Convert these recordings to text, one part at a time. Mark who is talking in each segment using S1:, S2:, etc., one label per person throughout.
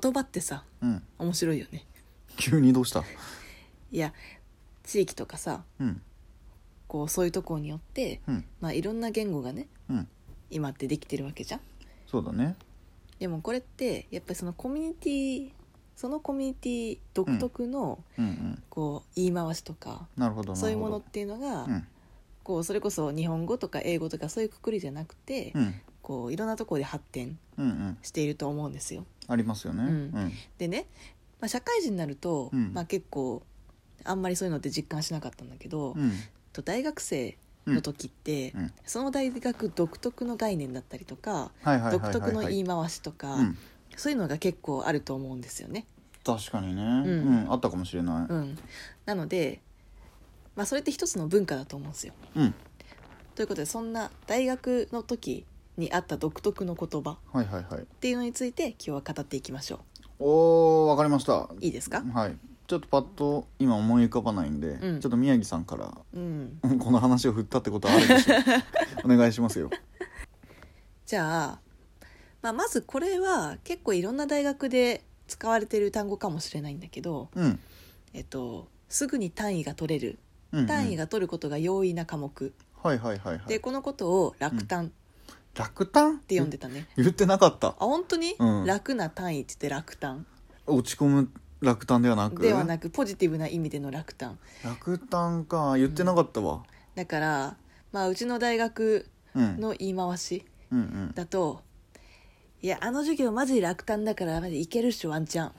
S1: 言葉ってさ
S2: うん
S1: 面白いよね
S2: 急にどうした
S1: いや地域とかさ
S2: うん
S1: こうそういうとこによって、
S2: うん
S1: まあ、いろんな言語がね
S2: うん
S1: 今ってできてるわけじゃん
S2: そうだね
S1: でもこれってやっぱりそのコミュニティそのコミュニティ独特の、
S2: うんうん
S1: こう言い回しとか
S2: なるほどなるほど
S1: そういうものっていうのが、
S2: うん
S1: こうそれこそ日本語とか英語とかそういうくくりじゃなくて、
S2: うん
S1: こういろんなところで発展
S2: うんうん
S1: していると思うんですよ。
S2: ありますよね
S1: う
S2: うんん
S1: でね、まあ、社会人になると、
S2: うん
S1: まあ、結構あんまりそういうのって実感しなかったんだけど、
S2: うん
S1: と大学生
S2: うん
S1: の時って、
S2: うん
S1: その大学独特の概念だったりとか、
S2: はいはいはい
S1: 独
S2: は
S1: 特
S2: い
S1: の
S2: は
S1: 言
S2: い
S1: い回しとか、
S2: うん
S1: そういうのが結構あると思うんですよね。
S2: 確かにね
S1: ん
S2: うんあったかもしれな
S1: うん、なので、まあ、それって一つの文化だと思うんですよ。
S2: いうん
S1: ということでそんな大学の時にあった独特の言葉っ
S2: はいはいはい
S1: ていうのについて今日は語っていきましょ
S2: おーわかりました
S1: う。いいですか、
S2: はいちょっとパッと今思い浮かばないんで、
S1: うん
S2: ちょっと宮城さんから
S1: うん、
S2: うんこの話を振ったってことはあるでしょ お願いしますよ
S1: じゃあ、まあ、まずこれは結構いろんな大学で使われてる単語かもしれないんだけど、
S2: うん
S1: えっと、すぐに単位が取れる
S2: うんうん
S1: 単位が取ることが容易な科目、
S2: はいはいはいは
S1: で
S2: い
S1: このことを楽単っ
S2: 落胆って
S1: 呼んでたね、
S2: 言ってなかった
S1: あ本当に、
S2: うん
S1: 楽な単位って言って楽単
S2: 落ち込む落胆ではなく
S1: ではなくポジティブな意味での楽単
S2: 落胆か言ってなかったわ、
S1: だから、まあ、うちの大学
S2: うん、
S1: の言い回し
S2: うんうん
S1: だと「いやあの授業マジ楽単だからマジいけるっしょワンチャン
S2: い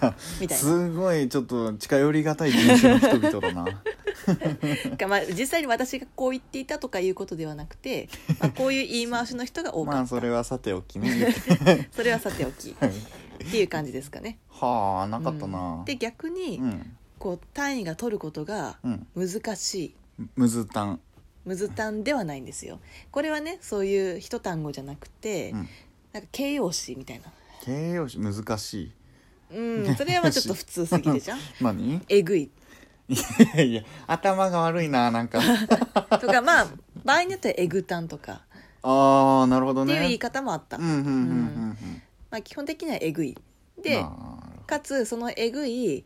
S2: や
S1: みたいな
S2: すごいちょっと近寄りがたい人種の人々だな」
S1: かまあ、実際に私がこう言っていたとかいうことではなくて、まあ、こういう言い回しの人 が多
S2: ま
S1: か
S2: あ
S1: った、
S2: それはさておきね
S1: それはさておきっていう感じですかね。
S2: は あなかった
S1: う
S2: なん
S1: で逆に、
S2: うん
S1: こう単位が取ることが
S2: うん
S1: 難しい
S2: むずたん
S1: むず単ではないんですよこれはねそういう一単語じゃなくて、
S2: うん
S1: なんか形容詞みたいな
S2: 形容詞難しい
S1: うんそれはまあちょっと普通すぎるじゃん
S2: 何 い
S1: えぐい
S2: やいや頭が悪いなな んか
S1: とかまあ場合によってはえぐたんとか
S2: ああなるほど
S1: っていう言い
S2: ね
S1: 方もあった、
S2: うんうんうんうんうん
S1: まあ、基本的にはえぐいで、
S2: なる
S1: かつそのえぐい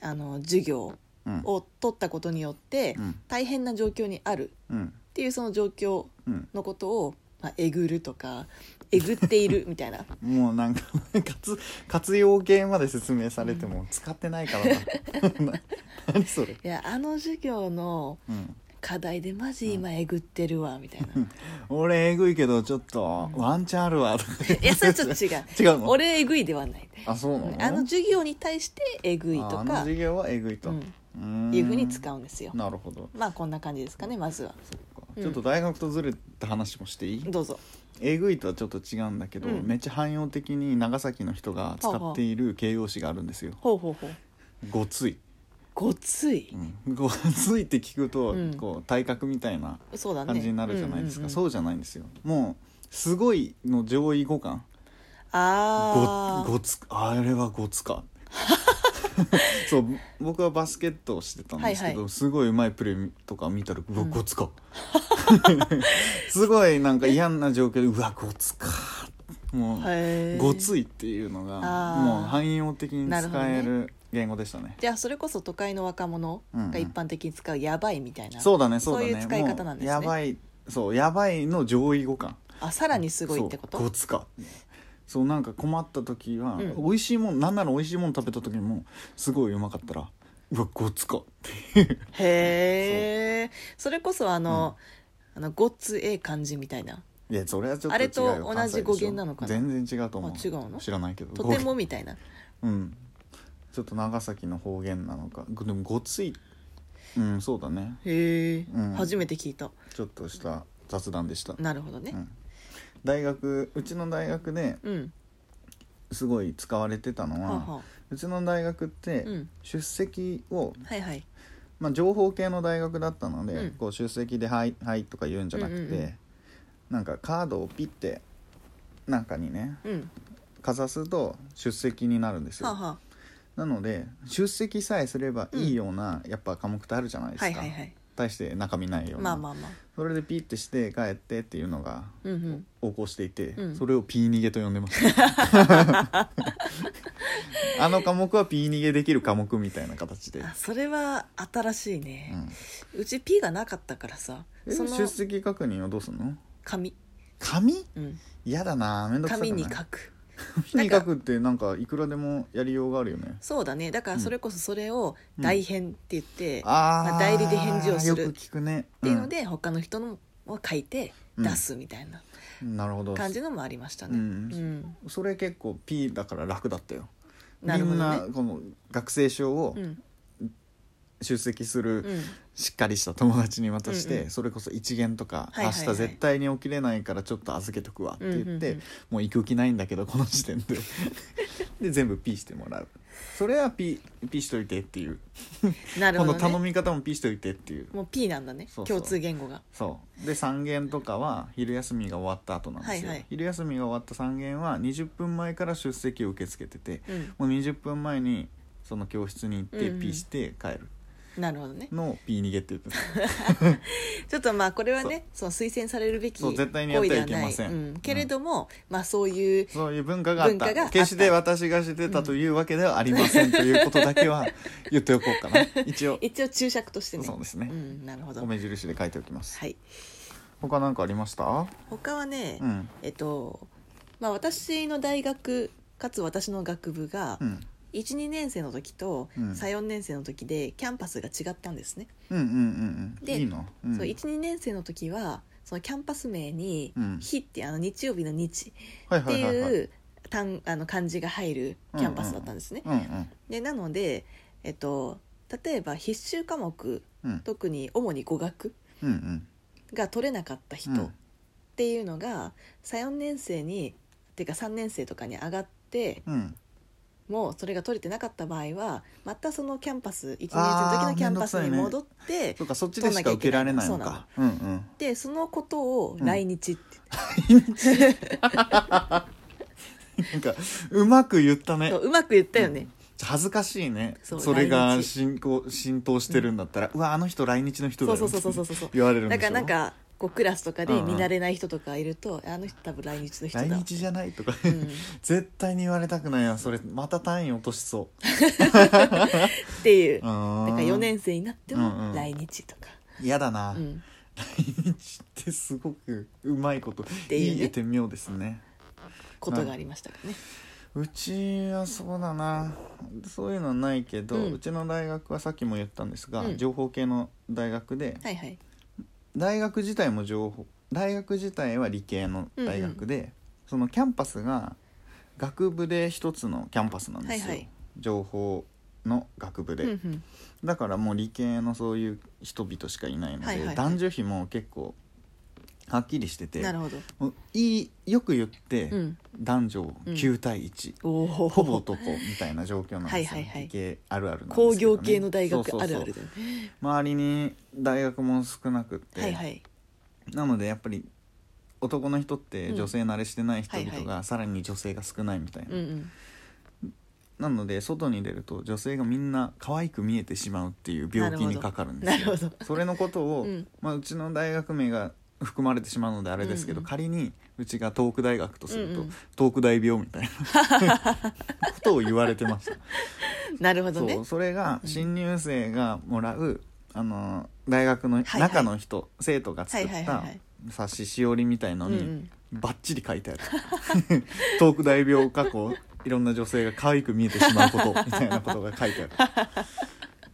S1: あの授業
S2: うん
S1: を取ったことによって
S2: うん
S1: 大変な状況にある
S2: うん
S1: っていうその状況
S2: うん
S1: のことを、まあ、えぐるとかえぐっているみたいな
S2: もうなんか 活活用形まで説明されても使ってないからなな 何それ
S1: いやあの授業の
S2: うん
S1: 課題でマジ今えぐってるわみたいな、
S2: 俺えぐいけどちょっとワンチャンあるわとか
S1: いやそれちょっと違う
S2: 違うの
S1: 俺えぐいではない
S2: あそうなの
S1: あの授業に対してえぐい
S2: あ
S1: と
S2: あの
S1: か
S2: 授業はえぐいと、
S1: う
S2: うんーん
S1: いうふうに使うんですよ
S2: なるほど
S1: まあこんな感じですかねまずは
S2: そっか
S1: うん
S2: ちょっと大学とずれた話もしていい、
S1: どうぞ
S2: えぐいとはちょっと違うんだけど、
S1: うん
S2: めっちゃ汎用的に長崎の人が使っている形容詞があるんですよ
S1: ほうほうほう
S2: ごつい、
S1: ごつい、
S2: うんごついって聞くと、
S1: うん
S2: こう体格みたいな
S1: そうだね
S2: 感じになるじゃないです
S1: うん
S2: か、
S1: うんうん
S2: そうじゃないんですよもうすごいの上位互換
S1: ああ
S2: ごごつあれはごつか そう僕はバスケットをしてたんですけど、
S1: はいは
S2: すごいうまいプレーとか見たらうわ
S1: うん
S2: ごつか、 すごいなんか嫌な状況でうわごつかもう、
S1: へー
S2: ごついっていうのが
S1: あー
S2: もう汎用的に使
S1: な
S2: え
S1: るほど
S2: る言語でしたね
S1: じゃあそれこそ都会の若者が一般的に使う「やばい」みたいな、
S2: そうだねそうだね
S1: そういう使い方なんですね
S2: もうやばいそうやばいの上位互換
S1: あさらにすごいってこ
S2: そうご
S1: と
S2: つかそうなんか困った時は、
S1: うん
S2: 美味しいもんなんなら美味しいもん食べた時もすごいうまかったらうわごつかっていう
S1: へえそれこそあの,、あのごっつええ感じみたいない
S2: やそれはちょっと違うよ
S1: あれと同じ
S2: 関西でしょ
S1: 語源なのかな
S2: 全然違うと思う
S1: あ違うの
S2: 知らないけど
S1: とて
S2: 語
S1: もみたいな
S2: うんちょっと長崎の方言なのかぐでもごついうんそうだね
S1: へえ、
S2: うん
S1: 初めて聞いた
S2: ちょっとした雑談でした、
S1: なるほどね
S2: うん大学うちの大学で
S1: うん、
S2: すごい使われてたのは、
S1: はあはあ
S2: うちの大学って
S1: うん
S2: 出席を
S1: はいはい
S2: まあ、情報系の大学だったので、
S1: うん
S2: こう出席で「はい」はい、とか言うんじゃなくて、
S1: うんうんうん
S2: なんかカードをピッて中にね
S1: うん
S2: かざすと出席になるんですよ、
S1: はあ、は
S2: なので出席さえすればいいような、やっぱ科目ってあるじゃないで
S1: あ、
S2: すか、
S1: はいはいはい
S2: 大して中身ないよう
S1: ま
S2: な、
S1: あまあまあ
S2: それでピーってして帰ってっていうのが
S1: うんうん
S2: 横行していて、
S1: うん
S2: それをピー逃げと呼んでま すあの科目はピー逃げできる科目みたいな形で、
S1: あそれは新しいうね、
S2: ん、
S1: うち P がなかったからさ
S2: え
S1: その
S2: 出席確認はどうすんの
S1: 紙、
S2: 紙
S1: うん、
S2: 嫌だなめんどくさくない
S1: 紙に書く
S2: 紙に書くってなんかいくらでもやりようがあるよね
S1: そうだねだからそれこそそれを
S2: うん
S1: 代編って言って、っ
S2: あー
S1: まあ代理で返事をする
S2: よく聞くね
S1: ていうの、で他の人のを書いて出すみたいな
S2: うんなるほど
S1: 感じのもありましたね、う
S2: う
S1: ん
S2: んそれ結構 P だから楽だったよ
S1: なるほ
S2: みん
S1: ど
S2: な
S1: ね
S2: この学生証を
S1: うん
S2: 出席する、
S1: うん
S2: しっかりした友達に渡して、
S1: うんうん
S2: それこそ一元とか、
S1: はいはいはい
S2: 明日絶対に起きれないからちょっと預けとくわって言って、
S1: うんうんうん
S2: もう行く気ないんだけどこの時点 でで全部ピーしてもらうそれはピーピーしといてっていう、
S1: なる
S2: こ
S1: ほ
S2: の
S1: ど、
S2: 頼
S1: ね、
S2: み方もピーしといてっていう
S1: もう P なんだね
S2: そうそう
S1: 共通言語が
S2: そうで3限とかは昼休みが終わった後なんですよ、
S1: はいはい
S2: 昼休みが終わった3限は20分前から出席を受け付けてて
S1: うん
S2: もう20分前にその教室に行って
S1: うんうん
S2: ピーして帰る
S1: なるほどね
S2: のをピー逃げって 言ってた
S1: ちょっとまあこれはねその推薦されるべき
S2: そう
S1: 行為
S2: 絶
S1: で
S2: 対
S1: は
S2: に
S1: な
S2: やってはいいけません
S1: うん、けれども、まあそういう
S2: そういう文化があっ
S1: 文化
S2: た
S1: があった
S2: 決して私がしてたというわけではありません、ということだ けは言っておこうかな一応
S1: 一応注釈としてね
S2: そうですね
S1: ん、なるほど
S2: 米印で書いておきます
S1: はい
S2: 他何かありました
S1: 他はね、
S2: うん
S1: えっとまあ私の大学かつ私の学部が
S2: うん
S1: 12年生の時と
S2: うん
S1: 34年生の時でキャンパスが違ったんですね、
S2: うんうんうんうん
S1: で
S2: いいの、うん、
S1: そう12年生の時はそのキャンパス名に
S2: うん
S1: 「日」ってあの日曜日の「日」
S2: はい
S1: って
S2: はいはいはい
S1: いう単あの漢字が入るキャンパスだったんですね、
S2: うんうん
S1: でなので、えっと、例えば必修科目
S2: うん
S1: 特に主に語学
S2: うんうん
S1: が取れなかった人
S2: うん
S1: っていうのが34年生にっていうか3年生とかに上がって
S2: うん
S1: もうそれが取れてなかった場合はまたそのキャンパス1年生の時のキャンパスに戻って、
S2: そうかそっちでしか受けられないのかうんうん
S1: でそのことを来日って、
S2: なんかうまく言ったね
S1: そううまく言ったよね、
S2: 恥ずかしいね
S1: そ
S2: そうれ
S1: 来
S2: が
S1: 日
S2: 浸透浸透してるんだったら、うわあの人来日の人だよ
S1: そうそうそうそうそうそう
S2: 言われるんで
S1: だ
S2: しょ
S1: からなんかこうクラスとかで
S2: うんうん
S1: 見慣れない人とかいると、あの人多分来日の人だ
S2: 来日じゃないとか、
S1: ん
S2: 絶対に言われたくないわそれまた単位落としそう
S1: っていう
S2: う
S1: だか
S2: ん
S1: ら4年生になって
S2: うんう
S1: も
S2: ん
S1: 来日とか、
S2: 嫌だな、
S1: うん
S2: 来日ってすごくうまいこと
S1: ていうね
S2: 言えてみようですね
S1: ことがありましたからね
S2: うちはそうだなそういうのはないけど、
S1: う
S2: うんちの大学はさっきも言ったんですが、
S1: うん
S2: 情報系の大学で、
S1: はいはい
S2: 大学自体も情報大学自体は理系の大学で、そのキャンパスが学部で一つのキャンパスなんですよ、
S1: はいはい
S2: 情報の学部で、
S1: うんうん
S2: だからもう理系のそういう人々しかいないので、
S1: はいはいはい
S2: 男女比も結構はっきりしてて
S1: なるほど、
S2: もういいよく言って、
S1: うん、
S2: 男女9対1、
S1: おお
S2: ほぼ男みたいな状況なんですよ、
S1: はいはいはい
S2: 理系あるあるなんですけど
S1: 工
S2: ね
S1: 業系の大学
S2: そう
S1: あ
S2: そう
S1: るあ
S2: そう
S1: るだよね
S2: 周りに大学も少なくって、
S1: はいはい
S2: なのでやっぱり男の人
S1: う
S2: って
S1: ん
S2: 女性慣れしてない人
S1: は
S2: 々
S1: いは
S2: がさらに女性が少ないみたいな、
S1: うんうん
S2: なので外に出ると女性がみんな可愛く見えてしまうっていう病気にかかるんで
S1: な
S2: す
S1: るほ
S2: よ
S1: ど
S2: それのことを、
S1: うん
S2: まあ、うちの大学名が含まれてしまうのであれですけど、
S1: うんうん
S2: 仮にうちが東北大学とすると、
S1: うんうん
S2: 東北大病みたいな ことを言われてました
S1: なるほど
S2: そ
S1: ね
S2: うそれが新入生がもらう、あの大学の
S1: はい
S2: 中の人、生徒が作っ
S1: はいはい
S2: た
S1: はいはい
S2: 冊子しおりみたいの
S1: うんう
S2: に
S1: ん
S2: バッチリ書いてある 「東北大病過去いろんな女性が可愛く見えてしまうこと」 みたいなことが書いてある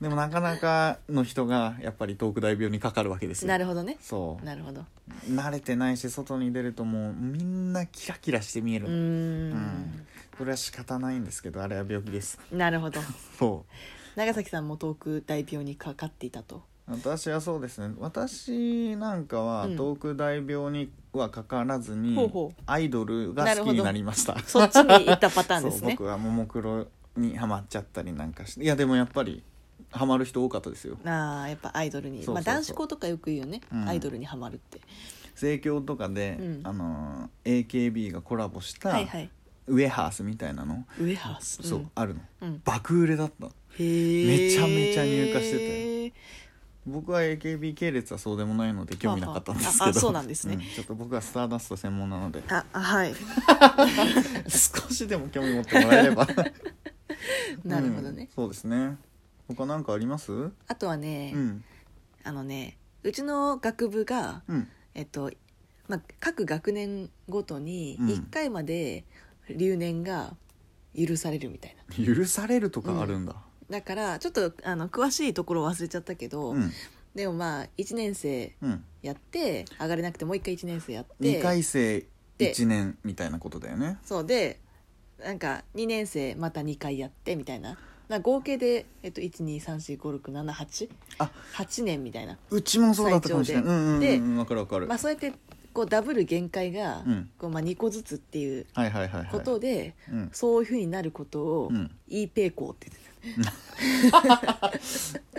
S2: でもなかなかの人がやっぱり東北大病にかかるわけですよ
S1: なるほどね
S2: そう
S1: なるほど
S2: 慣れてないし外に出るともうみんなキラキラして見え
S1: う
S2: る、
S1: ーん
S2: うんこれは仕方ないんですけどあれは病気です
S1: なるほど
S2: そう
S1: 長崎さんも東北大病にかかっていたと
S2: 私はそうですね私なんかは
S1: うん
S2: 東北大病にはかからずに、
S1: ほうほう
S2: アイドルが好きになりました
S1: そっちに行ったパターン
S2: そ
S1: で
S2: う
S1: すね
S2: 僕はももクロにハマっちゃったりなんかしていやでもやっぱりハマる人多かったですよ
S1: ああやっぱアイドルに
S2: そうそうそう
S1: まあ男子校とかよく言うよね、
S2: うん
S1: アイドルにはまるって
S2: 盛況とかで、
S1: うん
S2: あのー AKB がコラボした
S1: はいはい
S2: ウェハースみたいなの、
S1: ウェハース
S2: そう、あるの
S1: うんうん、
S2: 爆売れだった
S1: へえ
S2: めちゃめちゃ入荷してた
S1: よ
S2: 僕は AKB 系列はそうでもないので興味なかったんですけ
S1: はあは
S2: ど、
S1: あああそうなんですね
S2: ちょっと僕はスターダスト専門な ので
S1: ああ はい
S2: 少しでも興味持ってもらえれば
S1: なるほどね、
S2: うんそうですね他なんかありますう
S1: あとはね、
S2: ん
S1: あのねうちの学部が、
S2: うん
S1: えっとまあ、各学年ごとに
S2: うん
S1: 1回まで留年が許されるみたいな、
S2: 許されるとかあるんだ
S1: だからちょっとあの詳しいところ忘れちゃったけど、
S2: うん
S1: でもまあ1年生
S2: うん
S1: やって上がれなくてもう1回1年生やって
S2: 2回生
S1: で
S2: 1年みたいなことだよね
S1: そうでなんか2年生また2回やってみたいなな合計で、えっと、123456788
S2: あ
S1: 年みたいな、
S2: うちもそうだったかもしれないうんうん
S1: で
S2: うん分かる分かる、
S1: まあ、そうやってこうダブル限界が、
S2: うん
S1: こうまあ、2個ずつっていう
S2: はいはいはいはい
S1: ことで、
S2: うん
S1: そういうふうになることを
S2: うん
S1: 「イーペーコー」って言って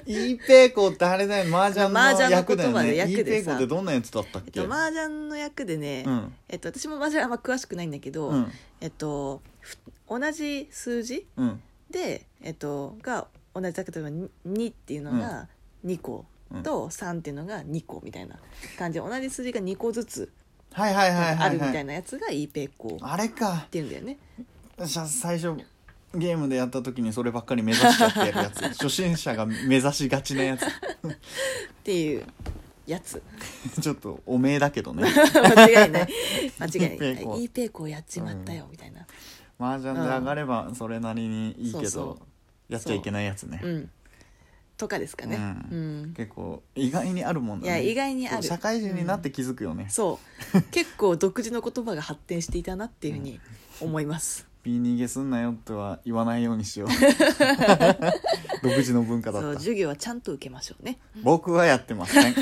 S2: イーペーコーってあれだよ麻雀
S1: 麻
S2: の
S1: 雀の
S2: 役だよ
S1: 言葉
S2: ね
S1: で
S2: イー
S1: 役
S2: ペ
S1: で
S2: ーコー
S1: さ
S2: ってどんなやつだったっけ、
S1: た、えっと、麻雀の役でね、
S2: うん
S1: えっと、私も麻雀あんま詳しくないんだけど、
S2: うん
S1: えっと、ふ同じ数字
S2: うん
S1: で、えっと、が同じだけど例えばに2っていうのが2個
S2: うん
S1: と3っていうのが2個みたいな感じで同じ数字が2個ずつ
S2: はいはいはいはい、はい、
S1: あるみたいなやつがイーペーコーっ
S2: あれか
S1: ていうんだよね。
S2: じゃあ最初ゲームでやった時にそればっかり目指しちゃってやる やつ初心者が目指しがちなやつ
S1: っていうやつ
S2: ちょっとおめえだけどね
S1: 間違いない間違いな い
S2: イーペーコー
S1: イーペーコーやっちまったよみたいな。
S2: 麻雀で上がればそれなりにいいけ
S1: そう
S2: ど、
S1: そ
S2: やっちゃいけないやつね、
S1: うん、とかですかね、
S2: う
S1: うんん
S2: 結構意外にあるもんだね
S1: いや意外にある
S2: そう社会人になって気づくよね、
S1: そう結構独自の言葉が発展していたなっていうふうに思います、
S2: ピー逃げすんなよとは言わないようにしよ う独自の文化だ
S1: そう
S2: った
S1: 授業はちゃんと受けましょうね
S2: 僕はやってません